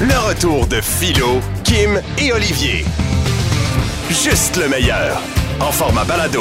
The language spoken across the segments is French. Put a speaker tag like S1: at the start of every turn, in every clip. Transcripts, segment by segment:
S1: Le retour de Philo, Kim et Olivier. Juste le meilleur. En format balado.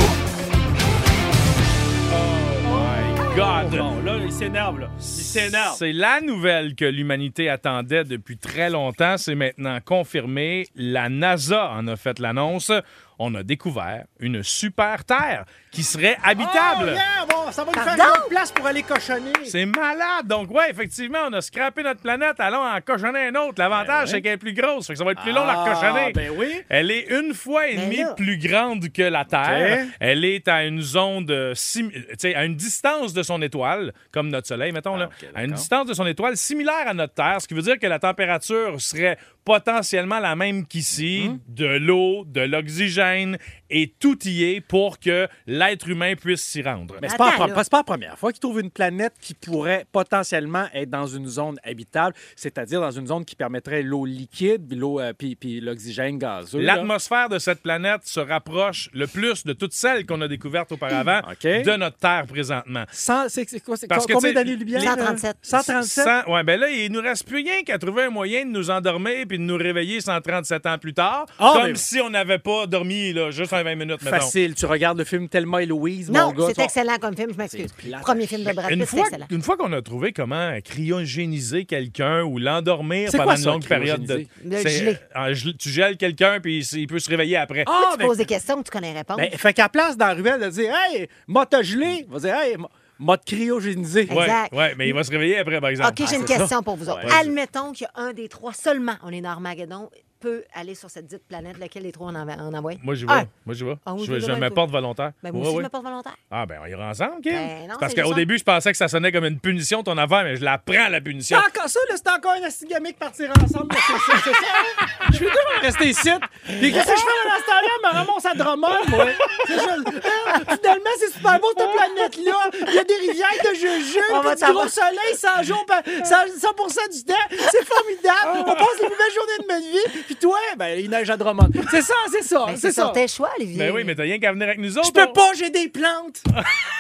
S2: God! Oh, Bon, là, il s'énerve, là. Il s'énerve.
S3: C'est la nouvelle que l'humanité attendait depuis très longtemps. C'est maintenant confirmé. La NASA en a fait l'annonce. On a découvert une super Terre qui serait habitable.
S4: Oh, bon, ça va nous faire une autre place pour aller cochonner.
S3: C'est malade. Donc, ouais, effectivement, on a scrappé notre planète. Allons en cochonner un autre. L'avantage, c'est qu'elle est plus grosse. Fait que ça va être plus long de la cochonner.
S4: ben oui.
S3: Elle est une fois et demie
S4: là-
S3: plus grande que la Terre.
S4: Ok.
S3: Elle est à une zone de sim- tu sais, à une distance de son étoile, comme notre Soleil, mettons, là,
S4: Ah,
S3: à une distance de son étoile similaire à notre Terre, ce qui veut dire que la température serait potentiellement la même qu'ici,
S4: Mhm.
S3: de l'eau, de l'oxygène, et tout y est pour que l'être humain puisse s'y rendre.
S4: Mais c'est pas, la
S5: Attends,
S4: pre-
S5: là.
S4: c'est pas la première fois qu'ils trouvent une planète qui pourrait potentiellement être dans une zone habitable, c'est-à-dire dans une zone qui permettrait l'eau liquide, puis l'eau, euh, puis, puis l'oxygène gazeux. là.
S3: L'atmosphère de cette planète se rapproche le plus de toutes celles qu'on a découvertes auparavant
S4: OK.
S3: de notre Terre présentement.
S4: Cent- C'est c'est quoi? c'est-
S3: Parce que,
S4: combien
S3: tu sais,
S4: d'années-lumière? là?
S5: 137.
S4: 137?
S3: Cent- ouais, ben là, il nous reste plus rien qu'à trouver un moyen de nous endormir puis de nous réveiller 137 ans plus tard,
S4: Ah,
S3: comme
S4: mais-
S3: si on n'avait pas dormi là, juste un 20 minutes, mettons.
S4: Facile. Tu regardes le film Thelma et Louise, mon
S5: Non,
S4: gars. tu
S5: c'est
S4: vas-
S5: excellent comme film, je m'excuse.
S4: C'est plate.
S5: Premier film de Brad
S3: Une
S5: Pitt, c'est
S3: fois,
S5: excellent.
S3: une fois qu'on a trouvé comment cryogéniser quelqu'un ou l'endormir
S4: C'est
S3: pendant
S4: quoi
S3: une
S4: ça,
S3: longue période de...
S5: Le
S3: c'est-
S5: geler.
S3: euh, gel- tu gèles quelqu'un puis il, il peut se réveiller après.
S4: Ah,
S5: tu
S4: ben,
S5: poses des questions que tu connais réponse.
S4: ben, fait qu'à place dans la ruelle de dire Hey, m'a te gelé, va dire Hey, m'a- m'a te cryogénisé.
S3: Ouais,
S5: exact.
S3: ouais, mais il va se réveiller après, par exemple. Ah,
S5: OK, j'ai une
S4: c'est ça.
S5: question pour vous autres.
S4: Ouais.
S5: Admettons qu'il y a un des trois seulement, on est dans Armageddon, peut aller sur cette dite planète, lequel des trois on en, on envoie?
S3: Moi, j'y vais.
S5: Ah,
S3: Moi, j'y vais.
S5: Ah oui,
S3: je
S5: je
S3: vais- je
S5: devrais,
S3: me
S5: toi.
S3: porte volontaire.
S5: ben,
S3: Ouais,
S5: moi aussi,
S3: ouais.
S5: je me porte volontaire.
S3: Ah, ben, on ira ensemble, Kim.
S5: Ben non,
S3: C'est parce
S5: c'est
S3: qu'au
S5: juste
S3: début, je pensais que ça sonnait comme une punition, ton affaire, mais je la prends, la punition.
S4: C'est encore ça, là, c'est encore un astigamique partir ensemble. là, c'est ça, c'est ça. Je suis dur à rester ici. Puis qu'est-ce que je fais dans ce temps-là? Je me ramasse à Drummond, moi. C'est juste, Ah, finalement, c'est super beau, cette planète-là. Il y a des rivières de jujubes,
S5: On
S4: puis
S5: va
S4: du
S5: t'avoir-
S4: gros soleil, 100 jours, par- 100 100 du temps. C'est formidable. On passe les plus belles journées de notre vie. Puis toi, ben, il neige à Drummond. C'est ça, c'est
S3: Ah,
S4: ça,
S5: Ben,
S4: c'est
S5: c'est
S4: ça.
S5: sur tes choix, Olivier.
S3: Mais Ben oui, mais t'as rien qu'à venir avec nous autres.
S4: Je peux
S3: on-
S4: pas, j'ai des plantes.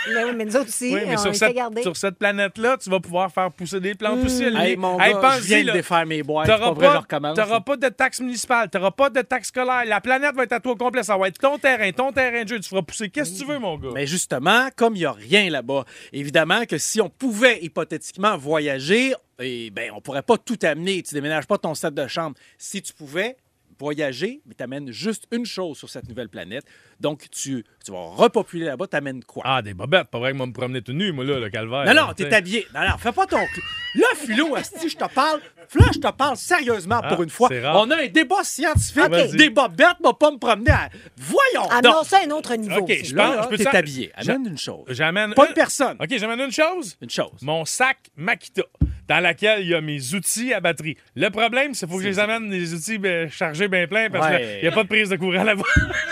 S5: Mais Ben oui, mais nous autres aussi,
S3: Oui, mais
S5: on
S3: sur
S5: les
S3: cette,
S5: fait garder.
S3: sur cette planète-là, tu vas pouvoir faire pousser des
S4: Hmm.
S3: plantes aussi, Olivier.
S4: Hey, mon
S3: Hey,
S4: gars, je
S3: pense-y,
S4: viens de
S3: là.
S4: défaire mes boîtes. C'est
S3: T'auras
S4: pas vrai, je
S3: pas,
S4: recommence.
S3: t'auras pas de taxe municipale, t'auras pas de taxe scolaire. La planète va être à toi au complet. Ça va être ton terrain, ton terrain de jeu. Tu feras pousser qu'est-ce que tu veux, mon gars.
S4: Mais justement, comme il n'y a rien là-bas, évidemment que si on pouvait hypothétiquement voyager, eh ben, on pourrait pas tout amener. Tu déménages pas ton set de chambre. Si tu pouvais voyager, mais tu amènes juste une chose sur cette nouvelle planète. Donc, tu, tu vas repopuler là-bas, tu amènes quoi?
S3: Ah, des bobettes. Pas vrai que moi me promener tout nu, moi, là, le calvaire.
S4: Non,
S3: là,
S4: non,
S3: tu sais.
S4: t'es habillé. Non, non, fais pas ton... cul. Là, Philo, si je te parle, là, je te parle sérieusement pour
S3: Ah,
S4: une fois.
S3: c'est rare.
S4: On a un débat scientifique.
S3: Ah, vas-y.
S4: Débat bête, m'a pas me promener à... Voyons
S5: Amenons
S4: donc!
S5: Ah, ça à un autre niveau.
S3: OK,
S5: aussi.
S3: je
S4: Là,
S3: pense-
S4: là,
S3: peux
S4: t'es
S3: ça-
S4: habillé. Amène une chose.
S3: J'amène.
S4: Pas une personne.
S3: OK, j'amène une chose.
S4: Une chose.
S3: Mon sac Makita, dans laquelle il y a mes outils à batterie. Le problème, c'est qu'il faut que je les amène, les outils ben, chargés bien plein, parce qu'il
S4: Ouais.
S3: n'y a pas de prise de courant là-bas.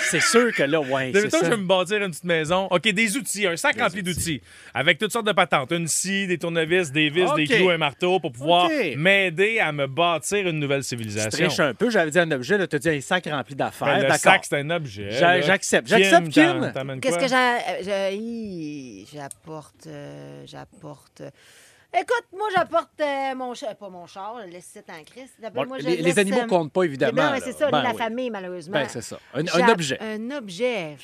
S4: C'est sûr que là, ouais, c'est
S3: D'habitude,
S4: ça.
S3: je vais me bâtir une petite maison. OK, des outils, un sac rempli d'outils, avec toutes sortes de patentes. Une scie, des tournevis, des vis,
S4: OK.
S3: des clous, un marteau, pour pouvoir
S4: OK.
S3: m'aider à me bâtir une nouvelle
S4: Je
S3: civilisation.
S4: triche un peu, j'avais dit un objet, là, t'as dit un sac rempli d'affaires,
S3: Ben, le
S4: d'accord.
S3: sac, c'est un objet.
S4: J'a-
S3: là.
S4: j'accepte. J'accepte, Kim.
S3: t'en- t'amènes
S5: Qu'est-ce
S3: quoi?
S5: que j'a- euh, je- hi, j'apporte? euh, j'apporte. euh, Écoute, moi, j'apporte euh, mon char. Pas mon char, je le laisse ici en Christ. D'abord,
S4: Bon,
S5: moi, je
S4: les, les
S5: laisse,
S4: animaux
S5: euh,
S4: comptent pas,
S5: eh ben,
S4: évidemment.
S5: ouais,
S4: là.
S5: c'est ça,
S4: Ben
S5: la
S4: oui.
S5: famille, malheureusement.
S4: Ben, c'est ça. Un, un
S5: J'app-
S4: objet.
S5: Un objet.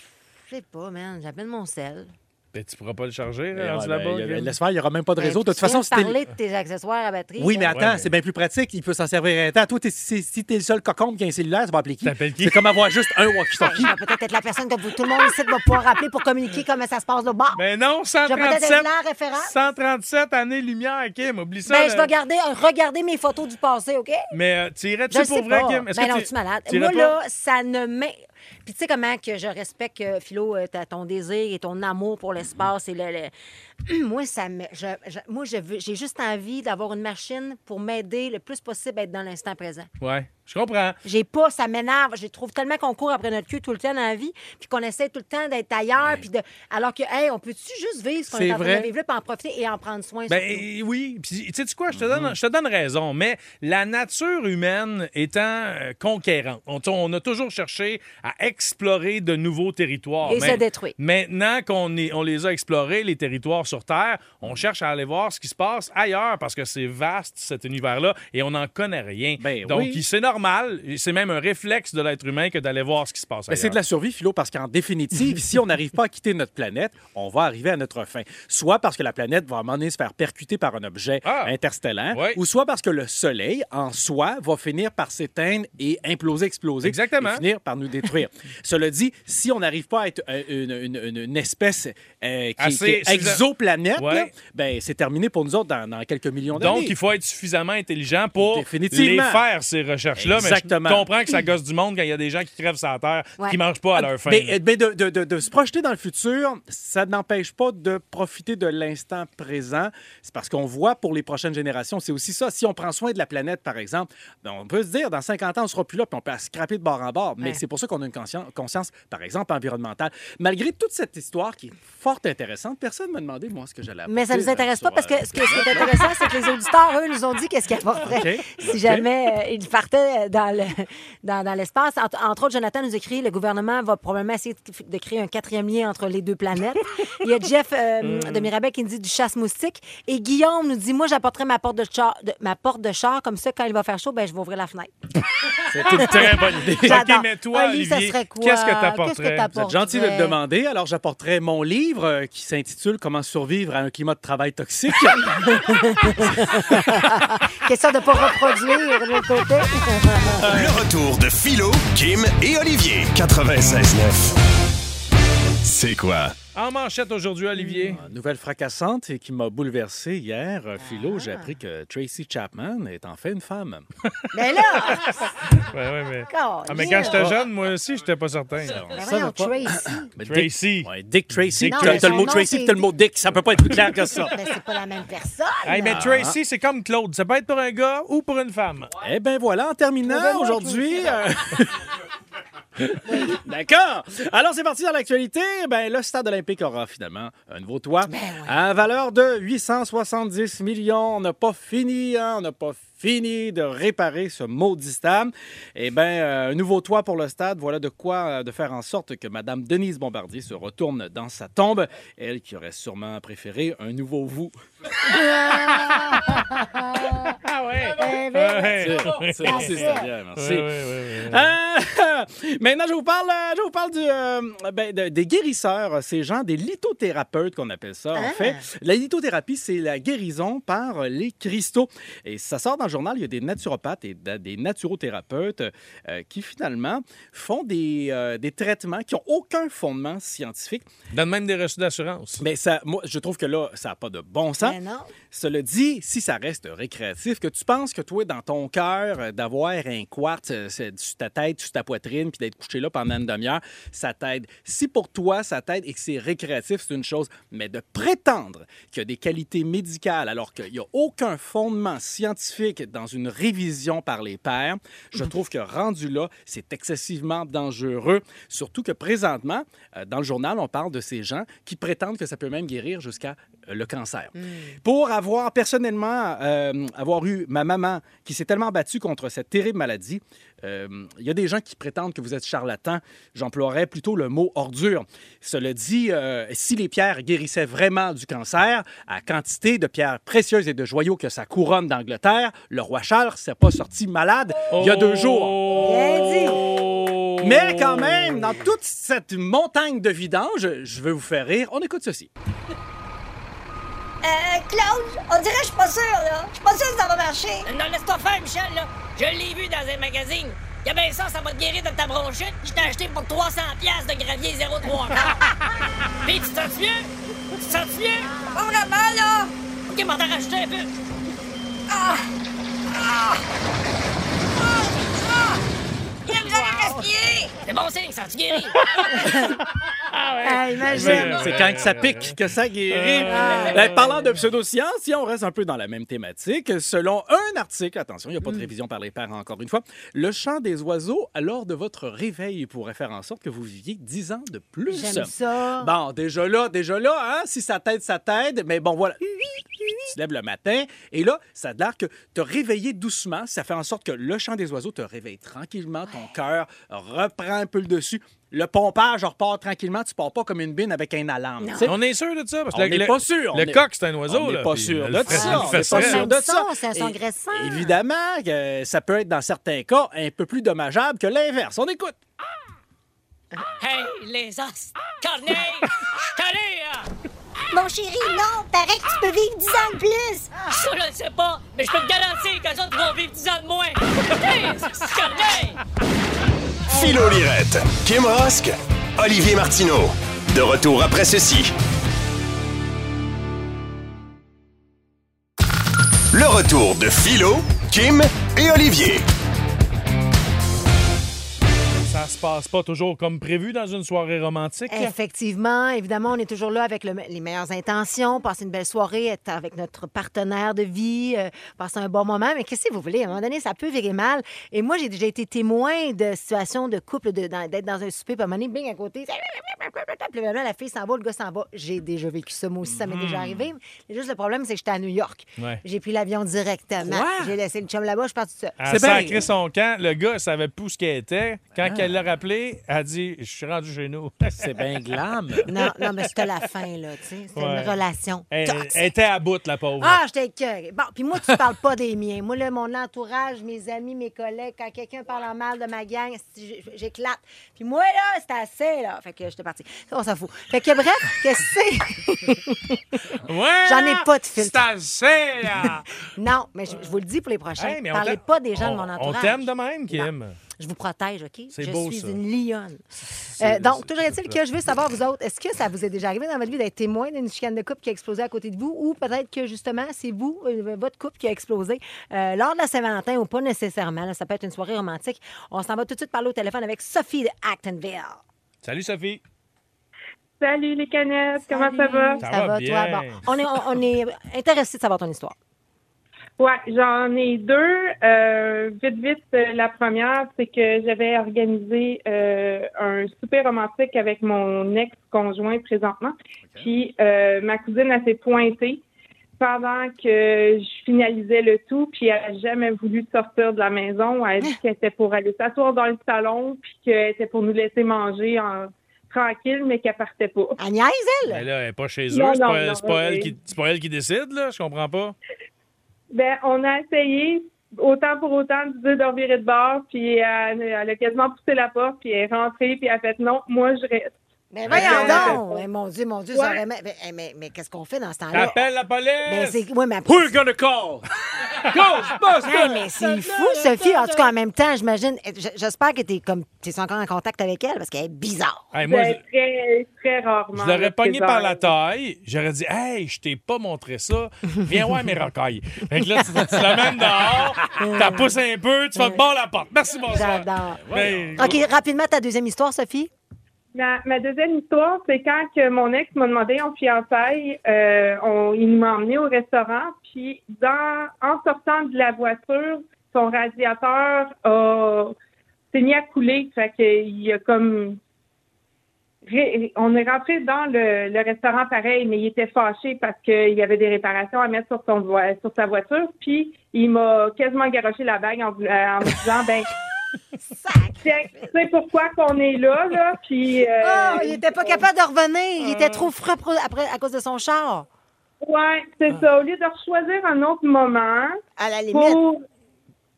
S5: Je sais pas, man. J'appelle mon sel.
S3: Ben, tu pourras pas le charger,
S4: Ouais,
S3: là, rendu
S4: ben,
S3: là-bas.
S4: il y a-
S3: Kim.
S4: Laisse faire, il n'y aura même pas de
S5: Ben,
S4: réseau. De
S5: tu
S4: toute façon,
S5: viens
S4: c'était.
S5: parler de tes accessoires à batterie. euh,
S4: Oui, mais
S5: là.
S4: attends,
S3: Ouais, mais-
S4: c'est bien plus pratique. Il peut s'en servir un temps. Toi, t'es- si, si t'es le seul cocon qui a un cellulaire, ça va appeler qui?
S3: T'appelles qui?
S4: C'est comme avoir juste un
S5: Hey, je
S4: walkie-talkie.
S5: vais ben, peut-être être la personne que vous, tout le monde ici va pouvoir appeler pour communiquer comment ça se passe là-bas.
S4: Ben,
S3: Mais Ben non,
S5: Je vais peut-être être
S3: 137,
S5: la référence.
S3: 137 années-lumière, Kim. Oublie ça.
S5: Ben,
S3: là.
S5: je vais garder, regarder mes photos du passé, OK?
S3: Mais euh, tu
S5: Je
S3: irais-tu
S5: le
S3: pour
S5: sais
S3: vrai,
S5: pas.
S3: Kim? Est-ce
S5: Ben
S3: que
S5: non,
S3: tu-
S5: tu es malade.
S3: tu
S5: Moi,
S3: irais
S5: là, ça ne m'in... Puis tu sais comment que je respecte, euh, Philo, euh, ta- ton désir et ton amour pour l'espace. et le, le- Moi, ça me... je- je- Moi, je veux... j'ai juste envie d'avoir une machine pour m'aider le plus possible à être dans l'instant présent.
S3: pas? Ouais, je comprends.
S5: J'ai pas, ça m'énerve. Je trouve tellement qu'on court après notre cul tout le temps dans la vie, puis qu'on essaie tout le temps d'être ailleurs, puis de... Alors que, hey, on peut-tu juste vivre ce qu'on
S4: C'est
S5: est, en train
S4: vrai.
S5: de vivre là, puis en profiter et en prendre soin?
S3: Ben
S5: surtout?
S3: euh, oui, puis tu sais -tu quoi, je te donne, je te donne raison, mais la nature humaine étant euh, conquérante, on, on a toujours cherché à explorer de nouveaux territoires.
S5: Et
S3: Mais-
S5: se détruire.
S3: Maintenant qu'on est- on les a explorés, les territoires sur Terre, on cherche à aller voir ce qui se passe ailleurs parce que c'est vaste cet univers-là et on n'en connaît rien.
S4: Ben
S3: Donc
S4: oui.
S3: il- c'est normal, et c'est même un réflexe de l'être humain que d'aller voir ce qui se passe
S4: Ben,
S3: ailleurs.
S4: c'est de la survie, Philo, parce qu'en définitive, si on n'arrive pas à quitter notre planète, on va arriver à notre fin. Soit parce que la planète va à un moment donné se faire percuter par un objet
S3: Ah!
S4: interstellaire,
S3: Ouais.
S4: ou soit parce que le Soleil, en soi, va finir par s'éteindre et imploser, exploser,
S3: Exactement.
S4: et finir par nous détruire. Cela dit, si on n'arrive pas à être euh, une, une- une- une espèce euh, qui,
S3: Assez-
S4: qui est exoplanète,
S3: Ouais.
S4: là, ben, c'est terminé pour nous autres dans, dans quelques millions d'années.
S3: Donc, il faut être suffisamment intelligent pour les
S4: Définitivement.
S3: faire, ces recherches-là. Mais
S4: Exactement.
S3: je comprends que ça gosse du monde quand il y a des gens qui crèvent sa terre,
S5: Ouais. Ah, euh,
S3: qui ne mangent pas à leur faim.
S4: Ah, Mais, mais de, de- de- de se projeter dans le futur, ça n'empêche pas de profiter de l'instant présent. C'est parce qu'on voit pour les prochaines générations, c'est aussi ça. Si on prend soin de la planète, par exemple, ben, on peut se dire, dans 50 ans, on sera plus là, puis on peut la scraper de bord en bord. Mais
S5: Ouais.
S4: c'est pour ça qu'on a une conscien- conscience, par exemple, environnementale. Malgré toute cette histoire qui est fort intéressante, personne ne m'a demandé, moi, ce que j'allais
S5: Mais ça
S4: apporter,
S5: nous intéresse
S4: euh,
S5: pas
S4: sur,
S5: parce
S4: euh,
S5: que ce, que- ce qui est intéressant, c'est que les auditeurs, eux, nous ont dit qu'est-ce qu'ils apporteraient
S4: OK.
S5: si jamais euh, ils partaient dans le dans, dans l'espace. Entre, entre autres, Jonathan nous écrit le gouvernement va probablement essayer de, de créer un quatrième lien entre les deux planètes. Il y a Jeff
S4: Mm.
S5: euh, de Mirabel qui nous dit du chasse moustique. Et Guillaume nous dit Moi, j'apporterai ma porte de char, de- ma porte de char, comme ça, quand il va faire chaud, ben, je vais ouvrir la fenêtre.
S4: C'est une très bonne idée.
S5: J'adore.
S3: mais toi,
S5: Oli, ça
S3: Olivier,
S5: serait quoi?
S3: qu'est-ce que t'apporterais?
S5: Qu'est-ce que
S4: Vous êtes gentil de le
S5: t'apporterais?
S4: demander. Alors, j'apporterai mon livre euh, qui s'intitule Comment survivre à un climat de travail toxique.
S5: Question de ne pas reproduire de l'autre côté.
S1: Le retour de Philo, Kim et Olivier. 96.9. C'est quoi?
S3: En manchette aujourd'hui, Olivier.
S4: Euh, Nouvelle fracassante et qui m'a bouleversé hier. Euh, Philo, j'ai appris que Tracy Chapman est en fait une femme.
S5: Mais là, Hmm.
S3: Ouais, ouais, mais...
S5: encore.
S3: Ah, mais quand j'étais jeune, moi aussi, j'étais pas certain.
S5: Mais
S4: Ça va
S5: voyons,
S4: pas.
S5: Tracy.
S4: Mais Dick-
S3: Tracy.
S4: Ouais, Dick Tracy.
S3: Dick
S4: T'as-
S5: Tracy.
S4: T'as le mot
S5: Non,
S4: Tracy
S5: c'est-
S4: puis t'as le mot Dick. Ça peut pas être plus clair que ça.
S5: Mais ben, c'est pas la même personne.
S3: Hey, mais Tracy, c'est comme Claude. Ça peut être pour un gars ou pour une femme.
S4: Eh bien voilà, en
S5: Trouvez-moi
S4: terminant
S5: un
S4: aujourd'hui. euh, D'accord. Alors c'est parti dans l'actualité. Ben, le stade olympique aura finalement un nouveau toit
S5: Ben ouais.
S4: à valeur de 870 millions. On n'a pas fini, hein, on n'a pas fini de réparer ce maudit stade. Eh bien, un nouveau toit pour le stade. Voilà de quoi euh, de faire en sorte que Madame Denise Bombardier se retourne dans sa tombe. Elle qui aurait sûrement préféré un nouveau vous.
S3: Ah ouais.
S4: Oh.
S5: Eh ben,
S3: Ouais.
S4: C'est merci, Stéphane, merci.
S3: Ouais, ouais, ouais, ouais.
S4: Ah! Maintenant, je vous parle, euh, je vous parle du, euh, ben, de- des guérisseurs, euh, ces gens, des lithothérapeutes qu'on appelle ça, en fait. La lithothérapie, c'est la guérison par euh, les cristaux. Et ça sort dans le journal, il y a des naturopathes et da- des naturothérapeutes euh, qui, finalement, font des, euh, des traitements qui n'ont aucun fondement scientifique.
S3: Donne même des reçus d'assurance.
S4: Mais ça, moi, je trouve que là, ça n'a pas de bon sens.
S5: Mais non.
S4: Cela dit, si ça reste récréatif, que tu penses que toi, dans ton cœur, euh, d'avoir un quartz euh, c'est sur ta tête, sur ta poitrine, puis d'être couché là pendant une demi-heure, ça t'aide. Si pour toi, ça t'aide et que c'est récréatif, c'est une chose. Mais de prétendre qu'il y a des qualités médicales alors qu'il n'y a aucun fondement scientifique dans une révision par les pairs, je
S5: Mhm.
S4: trouve que rendu là, c'est excessivement dangereux. Surtout que présentement, euh, dans le journal, on parle de ces gens qui prétendent que ça peut même guérir jusqu'à euh, le cancer. Pour avoir personnellement euh, avoir eu ma maman qui s'est tellement battue contre cette terrible maladie, euh, il y a des gens qui prétendent que vous êtes charlatan. J'emploierais plutôt le mot ordure. Cela dit, euh, si les pierres guérissaient vraiment du cancer, à quantité de pierres précieuses et de joyaux que sa couronne d'Angleterre, le roi Charles s'est pas sorti malade il y a deux jours.
S3: jours.
S4: Mais quand même, dans toute cette montagne de vidange, je veux vous faire rire. On écoute ceci.
S6: Euh, Claude, on dirait que je suis pas sûre, là. Je suis pas sûre que ça va marcher.
S7: Non, laisse-toi faire, Michel, là. Je l'ai vu dans un magazine. Y'a bien ça, ça va te guérir de ta bronchite. Je t'ai acheté pour 300 pièces de gravier 03 Puis tu te sens mieux? Tu te sens mieux?
S6: Pas vraiment, là.
S7: OK, m'en t'en rajouter un peu.
S6: J'ai le droit de respirer.
S7: C'est bon signe, ça, tu guéris.
S3: Mais-
S5: Hey, imagine.
S4: C'est quand que ça pique que ça guérit.
S5: Ah.
S4: Ben, parlant de pseudosciences, si on reste un peu dans la même thématique, selon un article, attention, il n'y a pas de
S5: Mm.
S4: révision par les pairs encore une fois, le chant des oiseaux lors de votre réveil pourrait faire en sorte que vous viviez 10 ans de plus.
S5: J'aime ça.
S4: Bon, Ah, déjà là, déjà là, hein, si ça t'aide, ça t'aide, mais bon, voilà. Tu te lèves le matin et là, ça a l'air que te réveiller doucement, ça fait en sorte que le chant des oiseaux te réveille tranquillement, ton cœur reprend un peu le dessus. le pompage repart tranquillement. Tu pars pas comme une bine avec un alarme. tu sais.
S3: On est sûr de ça? Parce que
S4: On
S3: le-
S4: n'est
S3: le-
S4: pas sûr.
S3: Le
S4: On est-
S3: coq, c'est un oiseau.
S4: On
S3: là,
S4: n'est pas
S3: puis
S4: sûr
S3: elle
S4: de
S3: le
S4: ça.
S3: ferait- elle le
S4: On n'est pas
S3: ferait.
S4: sûr de ça.
S5: C'est un son
S4: Et-
S5: graissant.
S4: Évidemment que ça peut être, dans certains cas, un peu plus dommageable que l'inverse. On écoute.
S7: Hey, les os! Corneille! Je euh, t'en ai, là!
S6: Mon chéri, non, paraît que tu peux vivre 10 ans de plus.
S7: Ça, je le sais pas, mais je peux te garantir qu'eux autres vont vivre 10 ans de moins! Hey, c'est Corneille!
S1: Philo Lirette, Kim Rosk, Olivier Martineau. De retour après ceci. Le retour de Philo, Kim et Olivier.
S3: Ça se passe pas toujours comme prévu dans une soirée romantique.
S5: Eh, Effectivement, évidemment, on est toujours là avec le me- les meilleures intentions, passer une belle soirée, être avec notre partenaire de vie, euh, passer un bon moment. Mais qu'est-ce que vous voulez? À un moment donné, ça peut virer mal. Et moi, j'ai déjà été témoin de situations de couple, de- dans- d'être dans un souper, puis à un moment donné, bing à côté. Puis là, la fille s'en va, le gars s'en va. J'ai déjà vécu ça, moi aussi, ça m'est déjà arrivé. Mais Juste le problème, c'est que j'étais à New York.
S3: Ouais.
S5: J'ai pris l'avion directement.
S4: Quoi?
S5: J'ai laissé le chum là-bas, je suis partie seule.
S3: Elle
S4: C'est
S3: sacré
S4: bien.
S3: son camp. Le gars elle savait plus où ce qu'elle était.
S5: Ah.
S3: Quand elle l'a rappelé, elle a dit Je suis rendu chez nous.
S4: C'est bien glam.
S5: Non, non, mais c'était la fin, là, tu sais. C'était
S3: Ouais.
S5: une relation.
S3: elle,
S5: toxique.
S3: elle était à bout, la pauvre.
S5: Ah, j'étais écoeurée. Bon, puis moi, tu parles pas des miens. Moi, là, mon entourage, mes amis, mes collègues, quand quelqu'un parle en mal de ma gang, si j- j'éclate. Puis moi, là, c'était assez, là. Fait que j'étais partie. Ça, On s'en fout. Fait que bref, qu'est-ce que c'est?
S3: Ouais,
S5: J'en ai pas de filtre.
S3: C'est assez, là.
S5: non, mais je, je vous le dis pour les prochains.
S3: Hey, mais on
S5: Parlez
S3: t'a-
S5: pas des gens de
S3: on-
S5: mon entourage.
S3: On t'aime de même, Kim.
S5: Je vous protège, OK?
S3: C'est
S5: je
S3: beau,
S5: suis
S3: ça.
S5: une lionne. Euh, donc, toujours est-il que je veux savoir, vous autres, est-ce que ça vous est déjà arrivé dans votre vie d'être témoin d'une chicane de couple qui a explosé à côté de vous ou peut-être que, justement, c'est vous, euh, votre couple qui a explosé euh, lors de la Saint-Valentin ou pas nécessairement. là, ça peut être une soirée romantique. On s'en va tout de suite parler au téléphone avec Sophie de Actonville.
S3: Salut, Sophie.
S8: Salut les canettes, comment ça va?
S3: Ça
S5: Ça,
S3: va
S5: va,
S3: bien.
S5: toi? Bon, on est, on, on est intéressé de savoir ton histoire.
S8: Ouais, j'en ai deux. Euh, vite, vite, euh, la première, c'est que j'avais organisé euh, un souper romantique avec mon ex-conjoint présentement. Puis euh, ma cousine, elle s'est pointée pendant que je finalisais le tout, puis elle n'a jamais voulu sortir de la maison. Elle a dit qu'elle était pour aller s'asseoir dans le salon, puis qu'elle était pour nous laisser manger en... tranquille, mais qu'elle partait pas.
S5: Agnès, elle? hein?
S3: Mais là, elle n'est pas chez eux.
S8: Non,
S3: C'est
S8: non,
S3: pas,
S8: non,
S3: c'est pas elle
S8: oui.
S3: qui, c'est pas elle qui décide, là. Je comprends pas.
S8: Ben, on a essayé autant pour autant de dire de revirer de bord, puis euh, elle, elle a quasiment poussé la porte, puis elle est rentrée, puis elle a fait non, moi je reste.
S5: Mais
S8: Ouais.
S5: voyons donc! Eh, mon Dieu, mon Dieu,
S8: Ouais.
S5: ça aurait- Mais, mais- mais- mais qu'est-ce qu'on fait dans ce temps-là?
S3: Appelle la
S5: Ben,
S3: police.
S5: c'est- ouais, mais-
S4: We're gonna call!
S5: Hey,
S4: Ghostbusters!
S5: mais c'est fou, Sophie. En tout cas, en même temps, j'imagine. j- J'espère que t'es comme t'es encore en contact avec elle parce qu'elle est bizarre.
S3: Hey, moi,
S8: Ben,
S3: je,
S8: très, très rarement.
S3: je l'aurais
S8: là,
S3: pogné
S8: c'est
S3: par
S8: genre-
S3: la taille. J'aurais dit Hey, je t'ai pas montré ça. Viens voir mes rocailles. Fait que là, tu, tu l'amènes dehors, t'as poussé un peu, tu vas te barrer la porte. Merci, bonsoir.
S5: J'adore.
S3: Ben,
S5: OK, rapidement, ta deuxième histoire, Sophie.
S8: Ma, ma deuxième histoire, c'est quand que mon ex m'a demandé en fiançailles, euh, on, il m'a emmené au restaurant, puis dans, en sortant de la voiture, son radiateur a- s'est mis à couler, fait que il a comme ré- on est rentré dans le, le restaurant pareil, mais il était fâché parce qu'il y avait des réparations à mettre sur son voi- sur sa voiture, puis il m'a quasiment garoché la bague en, vou- euh, en me disant ben
S5: Sac.
S8: c'est c'est pourquoi qu'on est là là, puis euh,
S5: Oh, il était pas capable de revenir. Il était trop frais pour- après, à cause de son char.
S8: Oui, c'est ça. Au lieu de choisir un autre moment
S5: À la limite.
S8: pour.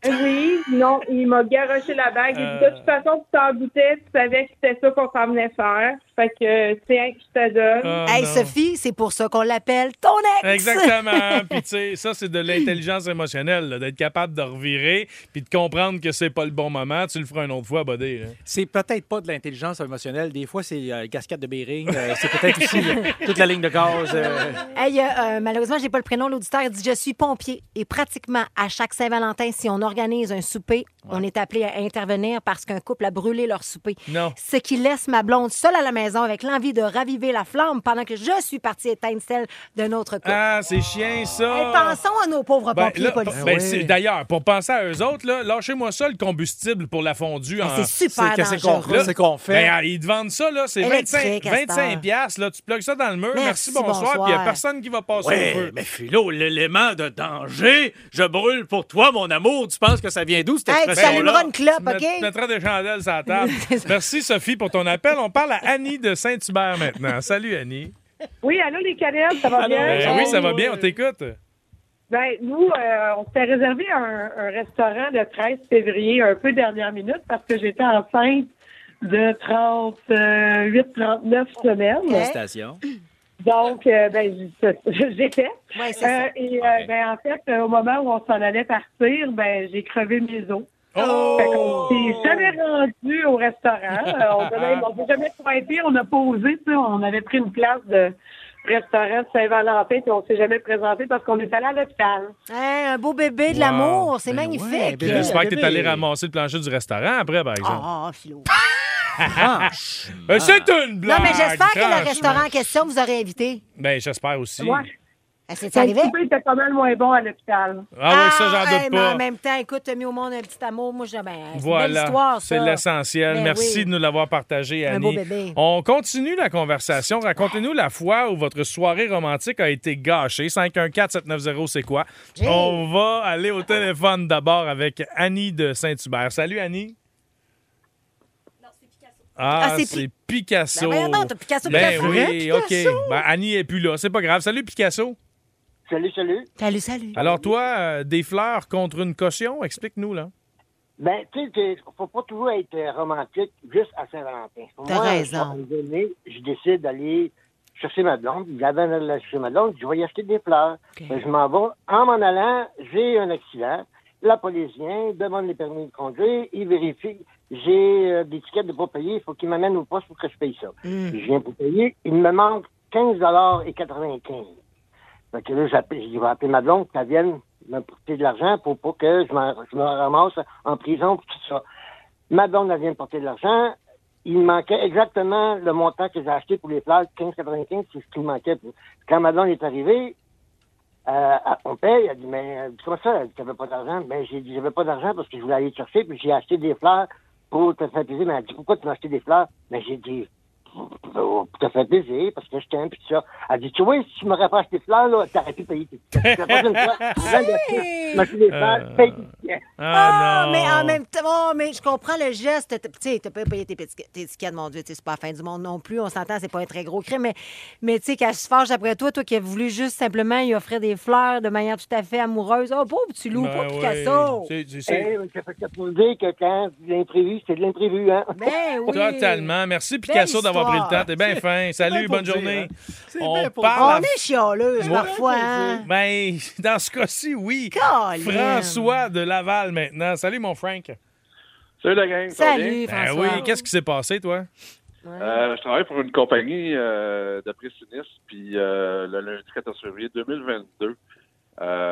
S8: Oui, non, il m'a garoché la bague. Il
S3: Euh.
S8: dit, De toute façon, tu t'en doutais, tu savais que c'était ça qu'on s'en venait faire. Fait que, tiens, je te donne.
S3: oh
S5: hey,
S3: non.
S5: Sophie, c'est pour ça qu'on l'appelle ton ex.
S3: Exactement. Puis, tu sais, ça, c'est de l'intelligence émotionnelle, là, d'être capable de revirer puis de comprendre que c'est pas le bon moment. Tu le feras une autre fois, Bodé. hein. là.
S4: C'est peut-être pas de l'intelligence émotionnelle. Des fois, c'est euh, cascade de Bering. Euh, c'est peut-être aussi euh, toute la ligne de gaz. euh.
S5: Hey, euh, euh, malheureusement, j'ai pas le prénom. L'auditeur dit Je suis pompier. Et pratiquement à chaque Saint-Valentin, si on organise un souper, on est appelé à intervenir parce qu'un couple a brûlé leur souper.
S3: Non.
S5: Ce qui laisse ma blonde seule à la maison maison avec l'envie de raviver la flamme pendant que je suis partie éteindre celle de notre couple.
S3: Ah, c'est chien,
S5: Hey,
S3: ça!
S5: pensons à nos pauvres
S3: Ben,
S5: pompiers
S3: là,
S5: policiers.
S3: ben, c'est- D'ailleurs, pour penser à eux autres, là, lâchez-moi ça, le combustible pour la fondue. en-
S5: Ah, c'est super
S4: ah, c'est- c'est qu'on-
S5: dangereux.
S4: là, c'est qu'on fait.
S3: Ben, ah, ils te vendent ça, là, c'est 25,
S5: Électrique, à cette
S3: 25
S5: heure.
S3: piastres, là, tu plugues ça dans le mur, merci,
S5: Merci,
S3: bonsoir,
S5: bonsoir.
S3: puis il n'y a personne qui va passer au feu.
S4: Ouais, mais Philo, l'élément de danger, je brûle pour toi, mon amour. Tu penses que ça vient d'où, cette
S5: Hey, tu
S4: expression-là?
S5: t'allumeras une clope,
S3: Met-
S5: OK?
S3: mettra des chandelles sur la table. Merci, Sophie, pour ton appel. On parle à Annie de Saint-Hubert maintenant. Salut, Annie.
S8: Oui, allô les canettes, ça va bien?
S3: Ben oui, ça va bien, on t'écoute.
S8: Ben, nous, euh, on s'était réservé un, un restaurant le 13 février, un peu dernière minute, parce que j'étais enceinte de 38, 39 semaines.
S4: Station.
S8: Donc, euh, ben, j- j'étais.
S5: Ouais, c'est ça.
S8: Euh, et euh, ben, en fait, euh, au moment où on s'en allait partir, ben, j'ai crevé mes os.
S5: Oh!
S3: Oh!
S8: Fait qu'on s'est jamais rendu au restaurant. Euh, on devait- on s'est jamais pointé, on a posé, tu sais, on avait pris une place de restaurant Saint-Valentin, puis on s'est jamais présenté parce qu'on est allé à l'hôpital.
S5: Hey, un beau bébé de
S3: Wow.
S5: l'amour, c'est
S4: Ben
S5: magnifique.
S4: ouais, bébé.
S5: Ah,
S3: J'espère que t'es
S4: bébé.
S3: allé ramasser le plancher du restaurant après, par exemple.
S5: ah, Philo.
S3: Euh, c'est une
S5: Non,
S3: blague!
S4: Ah,
S5: mais j'espère que le
S3: franchement.
S5: restaurant en question vous aurait invité.
S3: Ben, j'espère aussi.
S8: Ouais.
S5: Ah, C'est
S8: Son
S5: arrivé?
S8: souper était pas mal moins bon à l'hôpital.
S3: Ah oui, ça, j'en
S5: Ah,
S3: doute
S5: hey, mais
S3: pas.
S5: en même temps, écoute, t'as mis au monde un petit amour. Moi, j'ai ben, c'est une belle
S3: Voilà,
S5: histoire, ça.
S3: c'est l'essentiel.
S5: Ben
S3: Merci
S5: oui.
S3: de nous l'avoir partagé,
S5: Un
S3: Annie.
S5: beau bébé.
S3: On continue la conversation. Racontez-nous la fois où votre soirée romantique a été gâchée. 514-790, c'est quoi?
S5: Jay.
S3: On va aller au téléphone d'abord avec Annie de Saint-Hubert. Salut, Annie. Ah,
S5: Ah, c'est
S3: c'est Picasso.
S5: Ben voyons donc, t'as Picasso,
S3: Ben
S5: Picasso.
S3: oui, OK. Ben, Annie est plus là. C'est pas grave. Salut, Picasso.
S9: Salut, salut.
S5: Salut, salut.
S3: Alors, toi, euh, des fleurs contre une caution, explique-nous, là.
S9: Ben, tu sais, t'es- faut pas toujours être euh, romantique juste à Saint-Valentin. Pour
S5: T'as
S9: moi,
S5: raison.
S9: à un moment donné, je décide d'aller chercher ma blonde. Avant d'aller chercher ma blonde, je vais y acheter des fleurs.
S5: OK.
S9: Ben, je m'en vais. En m'en allant, j'ai un accident. La police vient, demande les permis de conduire, il vérifie. J'ai euh, des tickets de pas payer, il faut qu'il m'amène au poste pour que je paye ça. Je viens pour payer, il me manque 15,95 Fait que là, j'appelle- je vais appeler ma blonde qu'elle vienne me porter de l'argent pour pas que je, m'en- je me ramasse en prison pour tout ça. Ma blonde, elle vient me porter de l'argent. Il me manquait exactement le montant que j'ai acheté pour les fleurs, 15,95, c'est ce qui me manquait. Quand ma blonde est arrivée, euh, à- on paye, elle dit, mais euh, comment ça, elle dit, t'avais pas d'argent? Ben, j'ai dit, j'avais pas d'argent parce que je voulais aller te chercher, puis j'ai acheté des fleurs pour te faire plaisir. Mais elle dit, pourquoi tu m'as acheté des fleurs? Ben, j'ai dit, pour te faire plaisir, parce que je t'aime, puis tout ça. Elle dit, tu vois, si tu m'aurais pas acheté des fleurs, là, t'aurais pu payer tes tickets. La prochaine fois, viens d'acheter, m'acheter des fleurs, paye tes tickets.
S5: Ah,
S3: non.
S5: mais en même temps, oh, mais je comprends le geste. T'as- Tu sais, t'as pas payé tes, petits- tes tickets, mon Dieu, tu sais, c'est pas la fin du monde non plus. On s'entend, c'est pas un très gros crime. Mais, mais tu sais, quand je se fâche après toi, toi qui as voulu juste simplement y offrir des fleurs de manière tout à fait amoureuse. Oh, pauvre petit loup,
S3: Ben
S5: pauvre
S3: oui.
S5: Picasso.
S3: C'est- c'est- c'est-
S9: Eh, mais ça fait que pour dire que quand l'imprévu, c'est de l'imprévu, hein?
S5: Ben oui.
S3: Totalement. Merci, Picasso, d'avoir pris
S5: histoire.
S3: le temps. T'es bien fin.
S4: bien
S3: Salut,
S4: pour
S3: bonne
S4: dire,
S3: journée.
S4: hein. C'est
S3: On
S4: bien pour
S3: parle
S5: On
S3: à...
S5: est chialeuse
S3: Ouais.
S5: parfois. hein?
S3: Ben, dans ce cas-ci, oui.
S5: Colin.
S3: François de Laval, maintenant. Salut, mon Frank.
S10: Salut la gang. ça va bien?
S5: Salut,
S3: Ben
S5: François.
S3: oui, qu'est-ce qui s'est passé, toi?
S10: Euh, je travaille pour une compagnie euh, de prix sinistre, puis euh, le lundi 14 février 2022,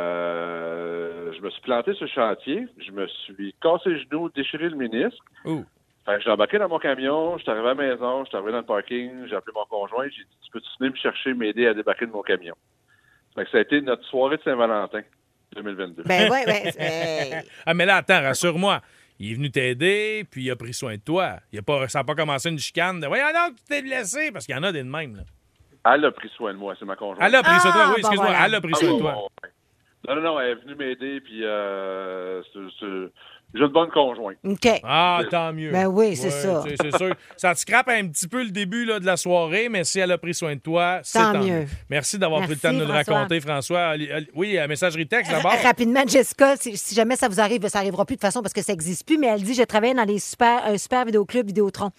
S10: euh, je me suis planté sur le chantier, je me suis cassé le genou, déchiré le ménisque.
S3: Ouh.
S10: Fait que j'ai embarqué dans mon camion, je suis arrivé à la maison, je suis arrivé dans le parking, j'ai appelé mon conjoint, j'ai dit Tu peux-tu venir me chercher, m'aider à débarquer de mon camion Fait que ça a été notre soirée de Saint-Valentin 2022.
S5: Ben oui, oui. c'est-
S3: Ah, mais là, attends, rassure-moi. Il est venu t'aider, puis il a pris soin de toi. Il a pas, ça n'a pas commencé une chicane de Voyons donc, tu t'es blessé, parce qu'il y en a des de même. Là.
S10: Elle a pris soin de moi, c'est ma conjointe.
S3: Elle a pris soin de toi,
S5: Ah,
S3: oui,
S5: bon,
S3: excuse-moi.
S5: voilà.
S3: Elle a pris soin de toi.
S10: Non, non, non, elle est venue m'aider, puis euh, c'est- c'est- j'ai une bonne conjointe.
S5: OK.
S3: Ah, tant mieux.
S5: Ben oui, c'est
S3: Ouais,
S5: ça.
S3: tu sais, C'est sûr. Ça te scrape un petit peu le début là, de la soirée, mais si elle a pris soin de toi, c'est tant,
S5: Tant
S3: mieux.
S5: mieux.
S3: Merci d'avoir pris le
S5: Merci,
S3: temps de nous le
S5: François.
S3: raconter, François. Ali- Ali- Oui, à messagerie texte d'abord.
S5: Rapidement, Jessica, si, si jamais ça vous arrive, ça arrivera plus de toute façon parce que ça n'existe plus, mais elle dit, je travaillais dans les super, un super vidéoclub Vidéotron.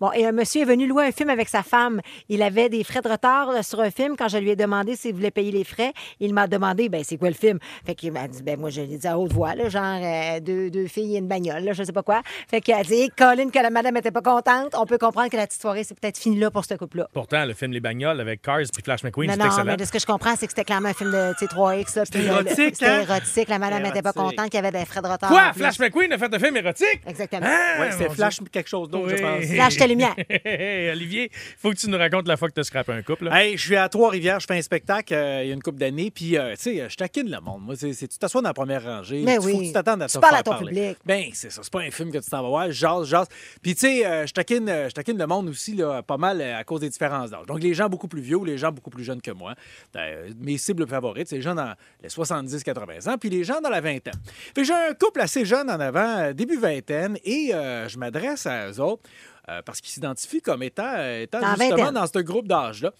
S5: Bon, et un monsieur est venu louer un film avec sa femme. Il avait des frais de retard euh, sur un film. Quand je lui ai demandé s'il voulait payer les frais, il m'a demandé, ben, c'est quoi le film? Fait qu'il m'a dit, ben, moi, je l'ai dit à haute voix, là, genre, euh, deux, deux filles et une bagnole, là, je sais pas quoi. Fait qu'elle a dit, Hey, Colin, que la madame était pas contente. On peut comprendre que la petite soirée, c'est peut-être fini là pour ce couple-là.
S3: Pourtant, le film Les Bagnoles avec Cars puis Flash McQueen,
S5: Non,
S3: c'est
S5: non,
S3: excellent.
S5: mais de ce que je comprends, c'est que c'était clairement un film de tu sais, 3X. là, puis le- le-
S4: érotique,
S5: C'était
S4: hein?
S5: érotique. La madame n'était pas
S4: Érotique.
S5: contente qu'il y avait des frais de retard. en
S3: Quoi?
S5: plus.
S3: Flash McQueen a fait un film érotique?
S5: Exactement.
S3: Ah,
S4: Ouais,
S3: mon
S4: c'était
S3: Dieu.
S4: Flash quelque chose d'autre,
S3: Oui.
S4: je pense.
S5: Flash lumière.
S3: Hey, Olivier, faut que tu nous racontes la fois que tu as scrapé un couple. là.
S4: Hey, je suis à Trois-Rivières, je fais un spectacle euh, il y a une couple d'années, puis euh, tu sais, je taquine le monde. Moi, c'est c'est- tu t'assois dans la première rangée,
S5: Mais
S4: tu, faut
S5: Ben oui.
S4: que tu t'attendes à
S5: Tu
S4: te
S5: parles
S4: faire
S5: à ton
S4: parler.
S5: public.
S4: Ben, c'est ça, c'est pas un film que tu t'en vas voir, je jase, je jase. Puis tu sais, euh, je taquine, euh, je taquine le monde aussi là, pas mal euh, à cause des différences d'âge. Donc les gens beaucoup plus vieux, ou les gens beaucoup plus jeunes que moi. Euh, mes cibles favorites, c'est les gens dans les 70-80 ans, puis les gens dans la vingtaine. Fait que j'ai un couple assez jeune en avant, euh, début vingtaine, et euh, je m'adresse à eux autres. euh, parce qu'ils s'identifient comme étant, euh, étant
S5: Dans la
S4: justement
S5: vingtaine.
S4: dans ce groupe d'âge-là.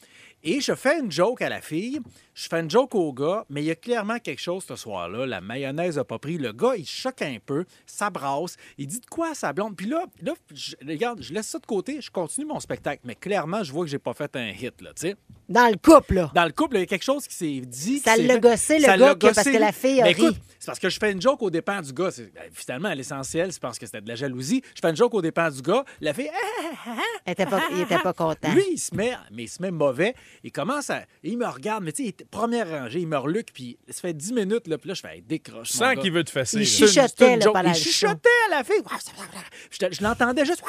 S4: Et je fais une joke à la fille, je fais une joke au gars, mais il y a clairement quelque chose ce soir-là. La mayonnaise n'a pas pris. Le gars, il choque un peu, ça brasse, il dit de quoi à sa blonde. Puis là, là je, regarde, je laisse ça de côté, je continue mon spectacle. Mais clairement, je vois que j'ai pas fait un hit, là, tu sais.
S5: Dans le couple, là.
S4: Dans le couple, il y a quelque chose qui s'est dit. qui
S5: Ça
S4: s'est
S5: l'a
S4: fait.
S5: gossé, le
S4: Ça
S5: gars,
S4: l'a
S5: que- parce
S4: gossé,
S5: que la
S4: lui.
S5: fille a
S4: Mais
S5: ri.
S4: écoute, c'est parce que je fais une joke au dépens du gars. C'est- ben, finalement, l'essentiel, c'est parce que c'était de la jalousie. Je fais une joke au dépens du gars. La fille, Ah, ah, ah,
S5: Elle était pas- il était pas content.
S4: Lui, il se met, mais il se met mauvais. Il commence à. Il me regarde, mais tu sais, il était première rangée, il me reluque, puis ça fait 10 minutes, là, puis là, je fais Hey, décroche.
S3: Je
S4: mon
S3: sens
S4: gars.
S3: qu'il veut te fesser.
S5: Il
S3: là.
S4: C'est une-
S5: Chuchotait,
S4: c'est une
S5: là,
S4: joke.
S5: pendant
S4: Il
S5: le show.
S4: chuchotait à la fille. Je, je l'entendais juste.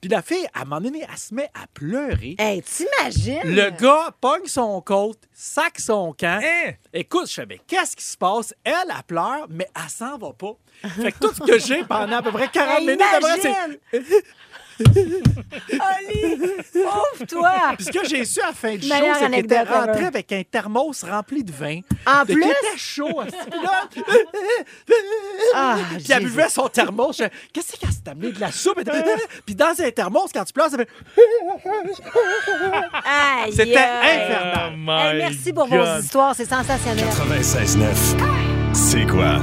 S4: Puis la fille, à un moment donné, elle se met à pleurer.
S5: Hey, t'imagines?
S4: Le gars pogne son côte, sac son camp.
S3: Hein?
S4: Écoute, je fais, mais qu'est-ce qui se passe? Elle, elle pleure, mais elle s'en va pas. Fait que tout ce que j'ai pendant à peu près 40
S5: Hey,
S4: minutes, après, c'est.
S5: imagine! Oli, ouvre-toi!
S4: Puis ce que j'ai su à la fin du show,
S5: Meilleure
S4: c'est qu'elle était
S5: anecdote ever.
S4: rentrée avec un thermos rempli de vin. Fait
S5: En
S4: qu'elle
S5: plus?
S4: était chaud. hostie, puis là,
S5: Ah,
S4: Puis elle
S5: Jésus.
S4: buvait son thermos. Je- Qu'est-ce qu'elle s'est amenée de la soupe? Elle était- Puis dans un thermos, quand tu pleures, ça fait...
S5: Aïe,
S4: C'était
S5: aïe.
S4: infernal.
S3: Oh my
S5: Hey, merci pour
S3: God.
S5: vos histoires, c'est sensationnel.
S1: 96.9. C'est quoi?